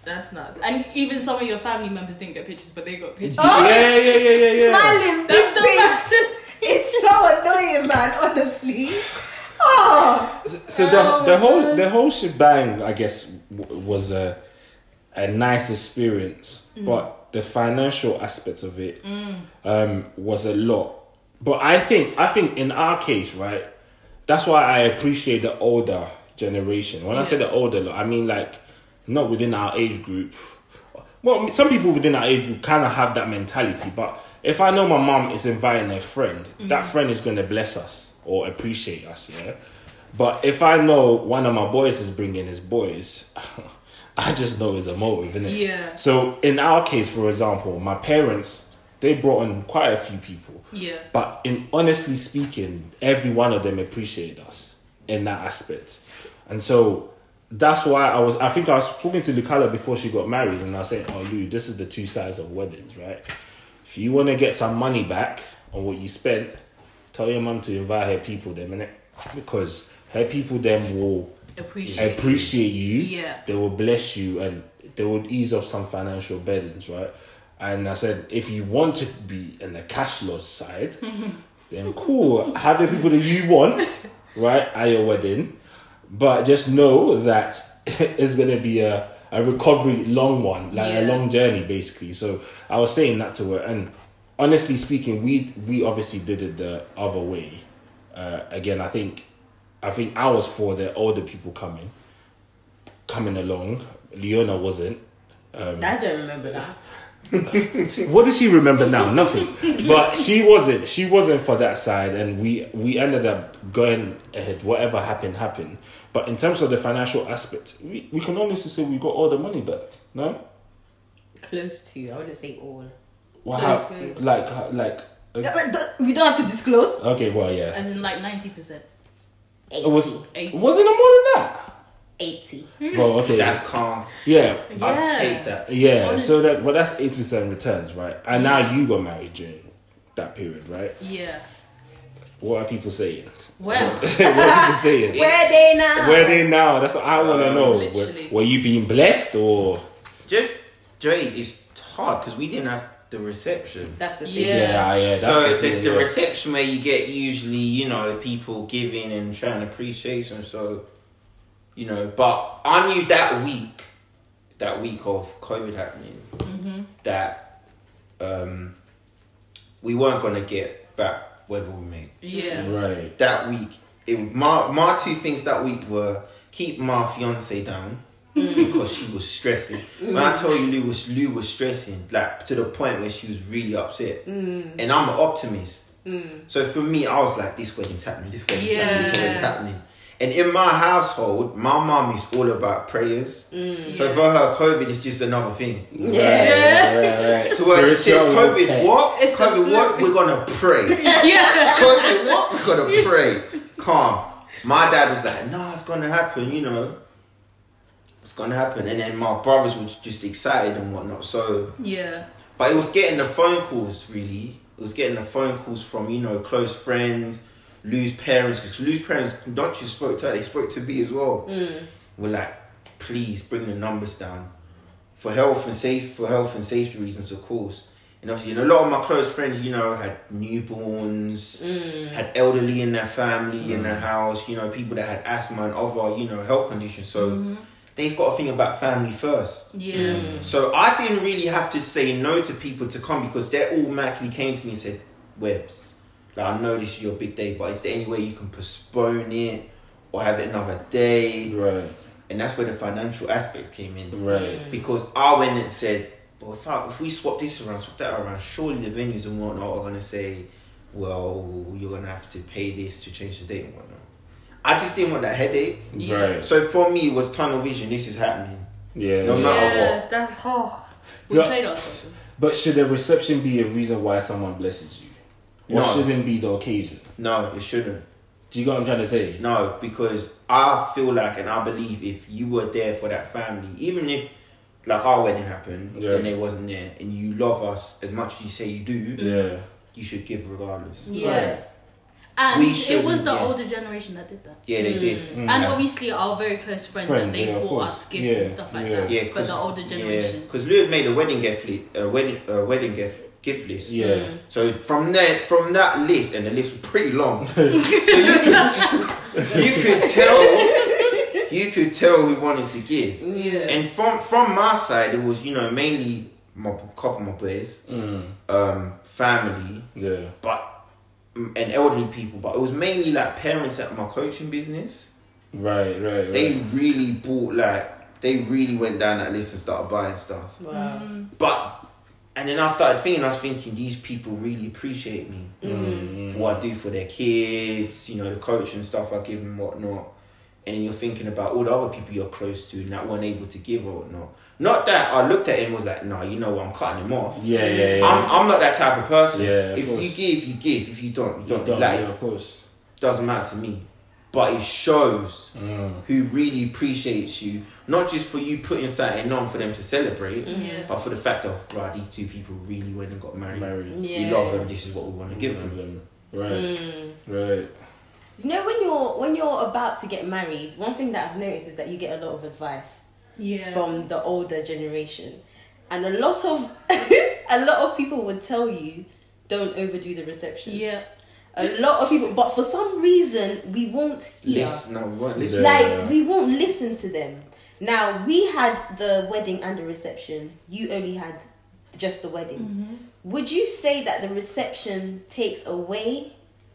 B: That's nuts. And even some of your family members didn't get pictures, but they got pictures. <laughs>
E: Oh.
A: yeah, yeah, yeah, yeah, yeah.
E: Smiling,
B: That's
E: big,
B: the
E: big.
B: maddest.
E: It's so annoying, man. Honestly. Oh,
A: so the,
B: Oh,
A: the whole
B: man.
A: the whole shebang i guess w- was a a nice experience but the financial aspects of it um was a lot but i think i think in our case right that's why i appreciate the older generation when i say the older like, i mean like not within our age group well some people within our age group kind of have that mentality but if i know my mom is inviting a friend that
B: Mm-hmm.
A: friend is going to bless us or appreciate us yeah but if I know one of my boys is bringing his boys, <laughs> I just know it's a motive, innit?
B: Yeah.
A: So in our case, for example, my parents they brought on quite a few people.
B: Yeah.
A: But in honestly speaking, every one of them appreciated us in that aspect, and so that's why I was. I think I was talking to Lucala before she got married, and I said, "Oh, Lou, this is the two sides of weddings, right? If you want to get some money back on what you spent, tell your mum to invite her people them, innit? Because her people them will
B: Appreciate. it.
A: appreciate you.
B: Yeah.
A: They will bless you and they will ease off some financial burdens, right? And I said, if you want to be in the cash loss
B: <laughs>
A: side, then cool. Have the people that you want, right, at your wedding. But just know that <laughs> it's going to be a, a recovery long one, like a
B: Yeah.
A: long journey, basically. So I was saying that to her. And honestly speaking, we, we obviously did it the other way. Uh, again, I think I think I was for the older people coming, coming along. Leona wasn't.
E: I don't remember that.
A: What does she remember now? Nothing. But she wasn't. She wasn't for that side, and we we ended up going ahead. Whatever happened, happened. But in terms of the financial aspect, we, we can honestly say we got all the money back. No.
E: Close to, I wouldn't say all.
A: Wow.
E: Yes.
A: like how- like. uh,
E: We don't have to disclose.
A: Okay. Well, yeah.
B: As in like ninety percent.
A: It was. Wasn't it
B: Eighty.
A: more than that?
E: 80.
A: Well, okay.
C: That's calm.
A: yeah.
C: I'll take that.
A: Yeah, so
B: Honestly.
A: that well, that's eighty percent returns, right? And now you got married during that period, right?
B: Yeah.
A: What are people saying? <laughs>
B: Well,
A: what are
E: <laughs>
A: people saying?
E: Where are they now?
A: Where they now? That's what I want to know.
B: Uh, literally.
A: Were, were you being blessed or?
C: Just Dre's is hard because we didn't have the reception.
E: That's the thing.
B: Yeah.
A: Yeah, yeah. that's
C: so
A: the
C: if it's
A: thing,
C: the
A: yeah.
C: reception where you get usually, you know, people giving and showing appreciation. So, you know, but I knew that week, that week of COVID happening, that um, we weren't gonna get back whether we made
B: yeah.
A: right,
C: that week. It, my my two things that week were keep my fiance down
B: Mm.
C: because she was stressing. When I tell you Lou was Lou was stressing like to the point where she was really upset.
B: Mm.
C: And I'm an optimist, so for me, I was like, this wedding's happening, this wedding's happening, this
B: Yeah.
C: wedding's happening. And in my household, my mum is all about prayers.
B: Mm.
C: So for her, COVID is just another thing.
A: yeah, right, right, right.
C: So where she said,
A: Spiritual
C: COVID
A: warfare.
C: what?
B: It's a
C: COVID what?
B: flu.
C: We're gonna
B: <laughs>
C: pray.
B: Yeah.
C: Wait, what? We're gonna pray. Calm. My dad was like, no, it's gonna happen, you know. It's gonna happen. And then my brothers were just excited and whatnot. So
B: <laughs> Yeah.
C: but it was getting the phone calls really. It was getting the phone calls from, you know, close friends, Lou's parents, because Lou's parents not just spoke to her, they spoke to me as well. We're like, please bring the numbers down. For health and safe for health and safety reasons, of course. And obviously, and a lot of my close friends, you know, had newborns, had elderly in their family, in their house, you know, people that had asthma and other, you know, health conditions. So they've got to think about family first.
B: Yeah.
A: Mm.
C: So I didn't really have to say no to people to come because they automatically came to me and said, Webs, like I know this is your big day, but is there any way you can postpone it or have it another day?
A: right,
C: And that's where the financial aspect came in.
A: right.
C: Because I went and said, Well, if, I, if we swap this around, swap that around, surely the venues and whatnot are going to say, Well, you're going to have to pay this to change the date and whatnot. I just didn't want that headache.
B: Yeah.
A: Right.
C: So for me, it was tunnel vision. This is happening.
A: Yeah.
C: No matter
B: Yeah,
C: what.
B: that's hard. We
A: Yeah.
B: played ourselves.
A: But should a reception be a reason why someone blesses you? Or
C: No.
A: shouldn't be the occasion?
C: No, it shouldn't.
A: Do you get what I'm trying to say?
C: No, because I feel like and I believe if you were there for that family, even if like our wedding happened
A: Yeah.
C: and they wasn't there, and you love us as much as you say you do,
A: Yeah.
C: you should give regardless.
B: Yeah.
A: Right.
B: And
C: We
B: it was
C: shouldn't,
B: the
C: yeah.
B: older generation that did that.
C: Yeah, they
A: Mm.
C: did.
B: And obviously, our very close friends,
A: Friends,
B: that they
A: yeah, of
B: bought
A: course.
B: us gifts
A: Yeah,
B: and stuff like
A: yeah.
B: that.
C: Yeah,
B: but the older generation.
C: because Lou had made a wedding gift list, a wedding, a wedding gift gift list.
A: Yeah.
C: So from there, from that list, and the list was pretty
A: <laughs>
C: long. <laughs> so you
B: <laughs>
C: could, you could tell, you could tell we wanted to give.
B: Yeah.
C: And from from my side, it was you know mainly my couple of my boys, um, family,
A: Yeah.
C: but mm, and elderly people. But it was mainly like parents at my coaching business.
A: Right, right, right.
C: They really bought like they really went down that list and started buying stuff.
E: Wow.
B: Mm.
C: But and then I started thinking, I was thinking these people really appreciate me,
A: Mm.
C: for what I do for their kids, you know, the coaching stuff I give them, whatnot. And then you're thinking about all the other people you're close to and that weren't able to give or whatnot. Not that I looked at him and was like, no, you know what, I'm cutting him off.
A: yeah, yeah, yeah.
C: I'm, I'm not that type of person.
A: Yeah, of
C: if you
A: course.
C: give, you give. If you don't, you
A: You
C: don't.
A: don't,
C: like,
A: yeah, of course.
C: doesn't matter to me. But it shows
A: Mm.
C: who really appreciates you, not just for you putting something on for them to celebrate,
B: Yeah.
C: but for the fact of, right, these two people really went and got married.
A: Married.
E: Yeah.
C: We love them, this is what we want to give them.
A: Mm. Right.
E: Mm.
A: Right.
E: You know when you're when you're about to get married, one thing that I've noticed is that you get a lot of advice
B: Yeah.
E: from the older generation, and a lot of <laughs> a lot of people would tell you don't overdo the reception.
B: yeah.
E: A lot of people, but for some reason we won't hear.
C: Listen, no, we won't listen.
A: Yeah.
E: Like we won't listen to them. Now we had the wedding and the reception. You only had just the wedding. Would you say that the reception takes away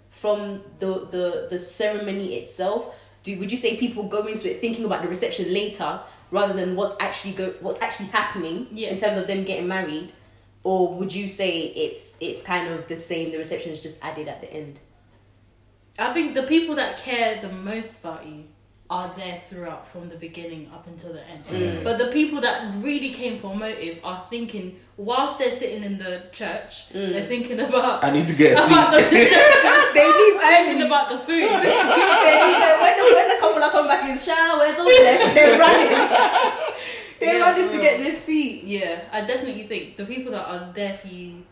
E: from the the the ceremony itself? Do would you say people go into it thinking about the reception later rather than what's actually go what's actually happening
B: Yeah.
E: in terms of them getting married? Or would you say it's it's kind of the same? The reception is just added at the end.
B: I think the people that care the most about you are there throughout from the beginning up until the end. But the people that really came for a motive are thinking whilst they're sitting in the church, they're thinking about
A: I need to get a seat.
B: <laughs>
E: <laughs>
B: about the <laughs> reception,
E: They leave
B: thinking about the food.
E: when, the, when the couple are come back in showers,
B: <laughs>
E: all blessed, they're running. they're
B: Yeah,
E: running
B: for
E: to
B: real.
E: get this seat.
B: Yeah, I definitely think the people that are there for you,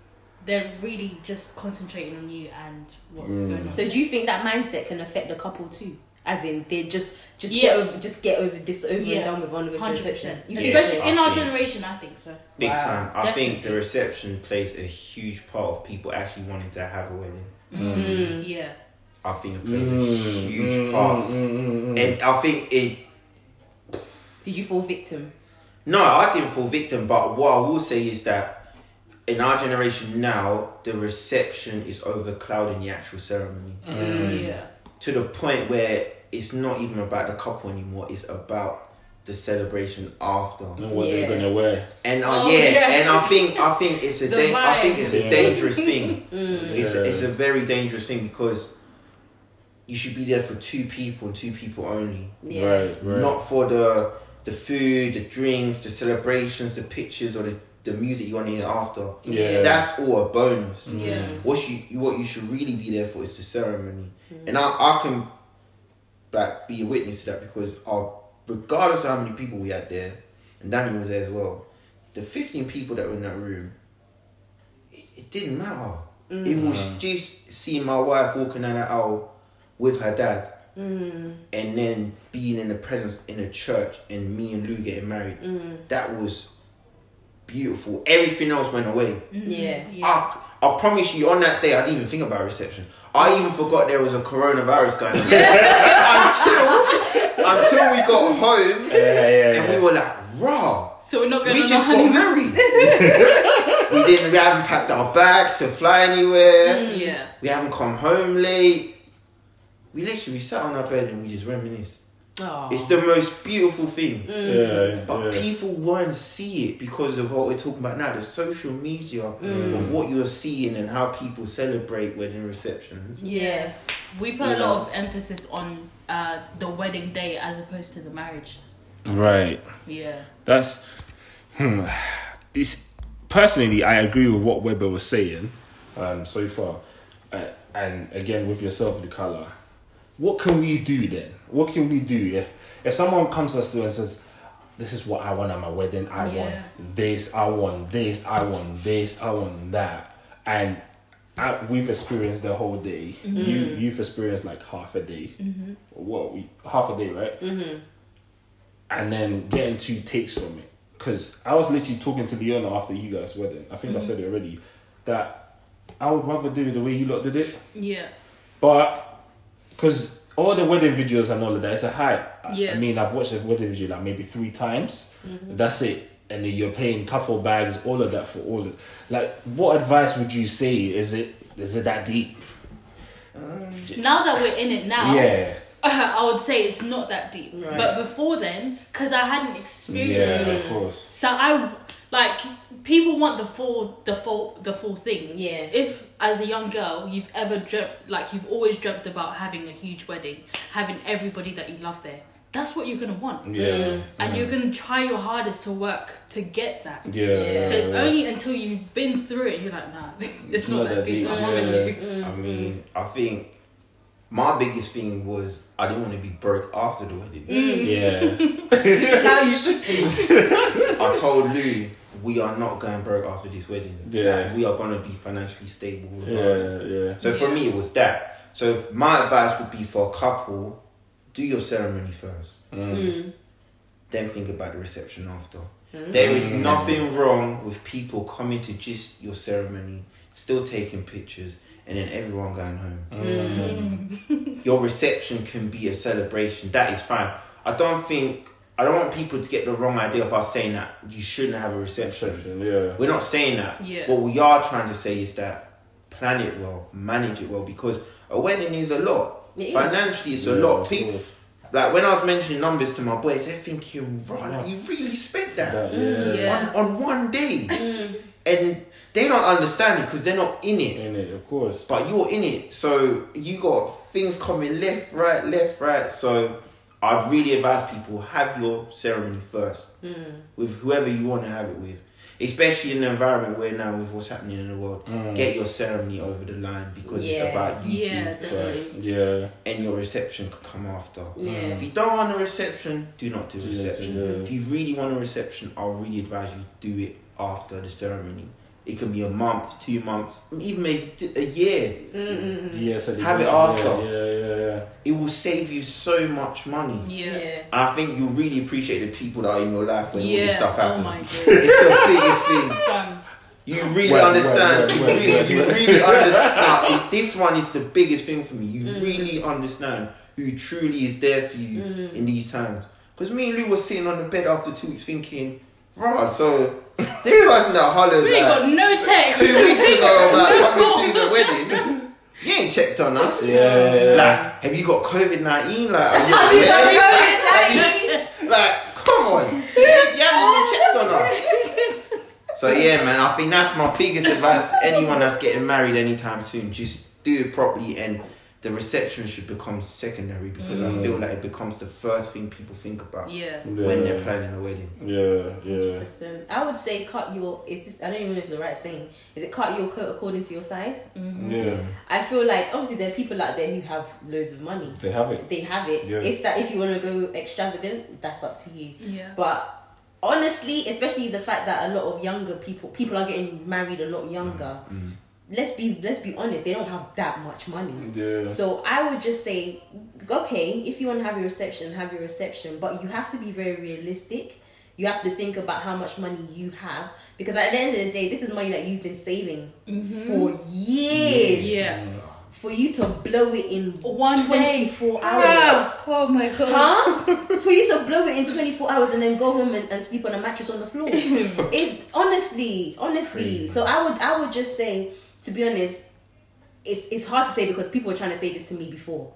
B: they're really just concentrating on you and what's
C: Mm.
B: going on.
E: So do you think that mindset can affect the couple too? As in, they just just
B: Yeah.
E: get over just get over this over
B: Yeah.
E: and done with on with
B: Hundred
E: reception.
B: percent,
E: You think
B: especially
E: so?
B: in our
C: I think-
B: generation. I think so.
C: Big
E: Wow.
C: time. I think the
B: Definitely.
C: reception plays a huge part of people actually wanting to have a wedding. Mm.
B: Yeah,
C: I think it plays a huge part. And I think it
E: Did you fall victim?
C: No, I didn't fall victim, but what I will say is that in our generation now, the reception is overclouding the actual ceremony Mm.
B: yeah.
C: to the point where it's not even about the couple anymore, it's about the celebration after.
A: And what
E: Yeah.
A: they're gonna wear.
C: And uh,
B: Oh,
C: yeah,
B: yeah.
C: and I think I think it's
B: <laughs>
C: a
B: The
C: dan- I think
B: vibe.
C: it's a
A: Yeah.
C: dangerous
B: <laughs>
C: thing.
E: Mm.
C: It's
A: Yeah.
C: it's a very dangerous thing because you should be there for two people and two people only
E: Yeah.
A: Right, right.
C: not for the the food, the drinks, the celebrations, the pictures, or the, the music you're gonna hear after.
A: Yeah. Mm.
C: That's all a bonus.
B: Yeah.
C: What you what you should really be there for is the ceremony, and I I can like be a witness to that because I, regardless of how many people we had there, and Daniel was there as well, the fifteen people that were in that room, it, it didn't matter. It was just seeing my wife walking down the aisle with her dad and then being in the presence in the church and me and Lou getting married, that was beautiful. Everything else went away.
B: Mm-hmm.
E: Yeah.
C: I, I promise you, on that day, I didn't even think about reception. I even forgot there was a coronavirus going on. until, until we got home
A: Yeah, yeah,
C: and we
A: yeah.
C: were like, raw.
B: So we're not going
C: We
B: on a
C: just got
B: honeymoon.
C: married. <laughs> we didn't. We haven't packed our bags to fly anywhere.
B: <laughs> Yeah.
C: We haven't come home late. We literally we sat on our bed and we just reminisced.
E: Aw.
C: It's the most beautiful thing.
A: Yeah,
C: But
A: yeah.
C: people won't see it because of what we're talking about now the social media
A: Mm.
C: of what you're seeing and how people celebrate wedding receptions.
E: Yeah.
B: We put
C: You
B: a
C: know.
B: lot of emphasis on uh, the wedding day as opposed to the marriage.
A: Right.
B: Yeah.
A: That's hmm. It's personally, I agree with what Weber was saying um, so far, uh, and again with yourself, the color. What can we do then? What can we do if if someone comes to us and says, "This is what I want at my wedding. I
B: Yeah.
A: want this. I want this. I want this. I want that," and I, we've experienced the whole day. You you've experienced like half a day. What we half a day, right? and then getting two takes from it. Because I was literally talking to Leona after you guys' wedding. I think I said it already that I would rather do it the way you lot did it,
B: Yeah.
A: but because all the wedding videos and all of that, it's a hype. I-
B: Yeah. Mm-hmm.
A: I mean, I've watched a wedding video like maybe three times. That's it. And then you're paying couple bags, all of that for all of. Like, what advice would you say? Is it is it that deep?
B: Now that we're in it now,
A: Yeah.
B: <laughs> I would say it's not that deep. But before then, because I hadn't experienced
A: Yeah,
B: it,
A: of course.
B: so I like people want the full, the full, the full thing.
E: Yeah.
B: If as a young girl you've ever dreamt, like you've always dreamt about having a huge wedding, having everybody that you love there, that's what you're gonna want.
A: Yeah.
B: and you're gonna try your hardest to work to get that.
A: Yeah.
B: So it's only until you've been through it you're like, nah, <laughs> it's not, that deep. I promise
A: yeah.
B: you. <laughs>
C: I mean, I think my biggest thing was I didn't want to be broke after the wedding.
A: Mm. yeah.
E: Which is how you should feel.
C: I told Lou we are not going broke after this wedding.
A: Yeah.
C: Like, we are gonna be financially stable.
A: Yeah,
C: regardless.
A: yeah.
C: So for me, it was that. So if my advice would be for a couple, do your ceremony first, then think about the reception after. There is nothing wrong with people coming to just your ceremony, still taking pictures, and then everyone going home. Your reception can be a celebration. That is fine. I don't think I don't want people to get the wrong idea of us saying that you shouldn't have a reception.
A: Perception, yeah.
C: We're not saying that.
B: Yeah.
C: What we are trying to say is that plan it well, manage it well, because A wedding is a lot.
E: It is.
C: Financially, it's a
A: Yeah,
C: lot.
A: of
C: People,
A: course.
C: like when I was mentioning numbers to my boys, they're thinking, "Right, like, you really spent that."
A: That, yeah.
B: yeah.
C: on, on one day.
E: Mm.
C: and they don't understand it because they're not in it.
A: In it, of course.
C: But you're in it. So you got things coming left, right, left, right. So I'd really advise people have your ceremony first
B: Hmm.
C: with whoever you want to have it with. Especially in the environment where now with what's happening in the world,
A: Mm.
C: get your ceremony over the line because
E: Yeah.
C: it's about you
B: Yeah,
C: two
B: definitely.
C: first,
A: Yeah.
C: and your reception could come after.
E: Yeah.
C: If you don't want a reception, do not do,
A: Do that,
C: reception.
A: yeah.
C: If you really want a reception, I'll really advise you do it after the ceremony. It can be a month, two months, even maybe t- a year.
E: Mm,
A: Yeah, celebration,
C: Have it after.
A: Yeah, yeah, yeah. yeah.
C: It will save you so much money.
B: Yeah. <laughs>
C: And I think you really appreciate the people that are in your life when all
B: Yeah.
C: this stuff
B: Oh
C: happens.
B: my <laughs>
C: it's
B: God.
C: the biggest thing.
B: Fam.
C: You really
A: Right,
C: understand.
A: right,
C: you
A: right,
C: really,
A: right,
C: you
A: right.
C: really understand. Now, it- this one is the biggest thing for me. You
B: Mm.
C: really understand who truly is there for you
B: Mm.
C: in these times. Because me and Lou were sitting on the bed after two weeks thinking, right, so this person that hollered
B: We ain't
C: like,
B: got no text. <laughs>
C: two weeks <laughs> ago about coming to the wedding, you ain't checked on us.
A: Yeah, yeah, yeah.
C: Like, have you got COVID 19? Like,
B: <laughs>
C: are you okay? Like, come on. You haven't even checked on us. So, yeah, man, I think that's my biggest advice. to Anyone that's getting married anytime soon, just do it properly and the reception should become secondary because I feel like it becomes the first thing people think about
B: Yeah.
C: when they're planning a wedding.
A: Yeah, yeah.
E: Listen, I would say cut your. Is this? I don't even know if it's the right saying. Is it cut your coat according to your size?
A: Yeah.
E: I feel like obviously there are people out there who have loads of money.
A: They have it.
E: They have it.
A: Yeah.
E: If that, if you want to go extravagant, that's up to you.
B: Yeah.
E: But honestly, especially the fact that a lot of younger people, people are getting married a lot younger.
A: Mm.
E: Let's be let's be honest. They don't have that much money.
A: Yeah.
E: So I would just say, okay, if you want to have your reception, have your reception, but you have to be very realistic. You have to think about how much money you have because at the end of the day, this is money that you've been saving for years.
B: Yeah.
E: For you to blow it in
B: One day.
E: 24 hours.
B: Ah, Oh my god.
E: Huh? <laughs> For you to blow it in 24 hours and then go home and, and sleep on a mattress on
B: <laughs>
E: the floor. it's honestly, honestly. So I would I would just say, to be honest, it's it's hard to say because people were trying to say this to me before.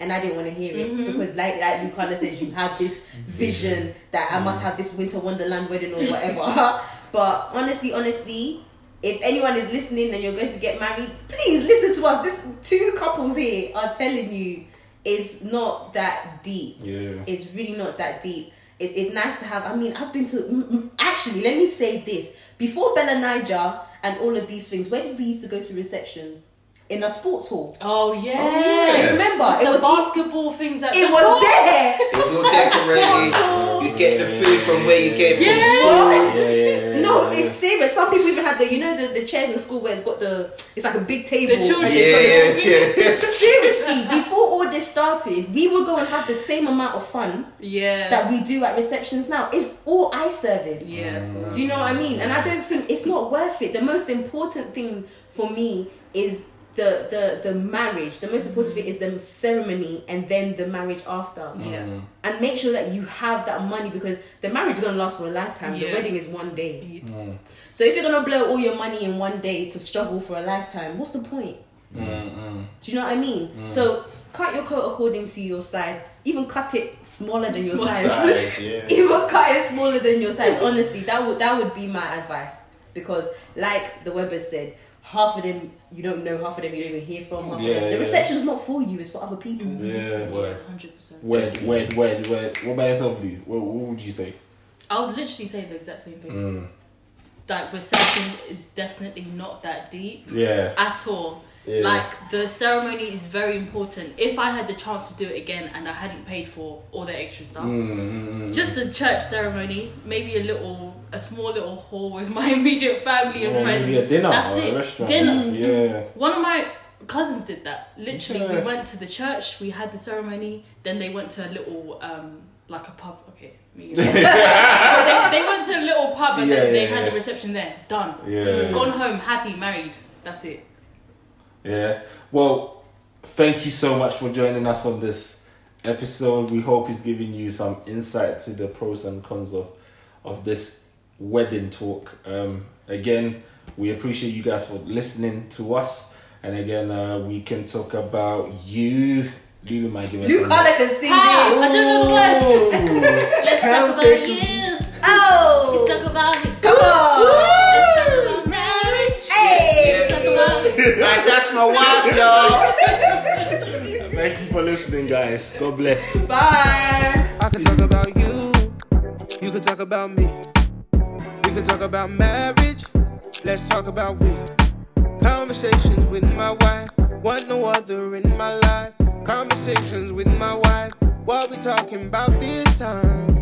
E: And I didn't want to hear it because, like, like Lucana says, you have this vision that I must have this winter wonderland wedding or whatever. <laughs> but honestly, honestly, if anyone is listening and you're going to get married, please listen to us. This two couples here are telling you it's not that deep.
A: Yeah.
E: It's really not that deep. It's, it's nice to have. I mean, I've been to. mm, mm, Actually, let me say this. Before Bella Niger and all of these things, where did we used to go to receptions? In a sports hall.
B: Oh yeah.
E: Do you remember?
B: It
E: it
B: the
E: was
B: was basketball things at
E: It
B: the
E: was
B: top.
E: there.
C: It was all decorated. You get the food from where you get it from
B: Yeah.
E: What?
A: Yeah, yeah,
B: <laughs>
A: yeah,
E: No,
A: yeah.
E: it's serious. Some people even had the, you know, the, the chairs in school where it's got the, it's like a big table.
B: The children.
C: Yeah, yeah, yeah.
E: <laughs> Seriously, before all this started, we would go and have the same amount of fun
B: Yeah.
E: that we do at receptions now. It's all eye service.
B: yeah.
E: Do you know what I mean? And I don't think it's not worth it. The most important thing for me is the the the marriage. The most important thing is the ceremony and then the marriage after.
B: Yeah.
E: And make sure that you have that money because the marriage is gonna last for a lifetime. The
B: Yeah.
E: wedding is one day. So if you're gonna blow all your money in one day to struggle for a lifetime, what's the point?
A: Mm,
E: Do you know what I mean? So cut your coat according to your size. Even cut it smaller than your
B: Smaller.
E: size <laughs>
C: Yeah.
E: even cut it smaller than your size. Honestly, that would that would be my advice because, like the Weber said, half of them you don't know, half of them you don't even hear from. Half
A: Yeah,
E: of them.
A: yeah. Mm-hmm.
E: The reception's not for you; it's for other people.
A: Yeah.
C: Word.
B: Hundred percent.
A: Word, word, word, word. What about yourself, Lou? What, what would you say?
B: I would literally say the exact same thing.
A: Mm.
B: Like reception is definitely not that deep.
A: Yeah.
B: at all.
A: Yeah.
B: Like the ceremony is very important. If I had the chance to do it again and I hadn't paid for all the extra stuff,
A: Mm,
B: just a church ceremony, maybe a little, a small little hall with <laughs> my immediate family and
A: Or
B: friends.
A: maybe a dinner
B: That's
A: or
B: it.
A: a restaurant. or
B: Dinner.
A: something. Yeah.
B: One of my cousins did that. Literally,
A: Yeah.
B: we went to the church, we had the ceremony, then they went to a little, um, like a pub. Okay, me.
A: <laughs>
B: but they, they went to a little pub and
A: Yeah,
B: then they
A: yeah,
B: had
A: yeah.
B: the reception there. Done.
A: Yeah.
B: Gone home, happy, married. That's it.
A: Yeah. Well, thank you so much for joining us on this episode. We hope it's giving you some insight to the pros and cons of of this wedding talk. Um, again, we appreciate you guys for listening to us. And again, uh, we can talk about you. Lulu might give us
E: You
A: a
E: can't let
A: nice-
E: them sing
B: How?
E: this.
B: I don't know what. Let's talk about
A: Conversation.
B: you.
E: Oh!
B: Talk about it.
E: Come on!
B: Let's talk about marriage.
E: Hey!
B: Talk about
C: Like, that's my wife, y'all.
A: Thank you for listening, guys. God bless.
E: Bye!
D: I could talk about you. You could talk about me. We could talk about marriage. Let's talk about we. Conversations with my wife. Want no other in my life. Conversations with my wife. What we talking about this time?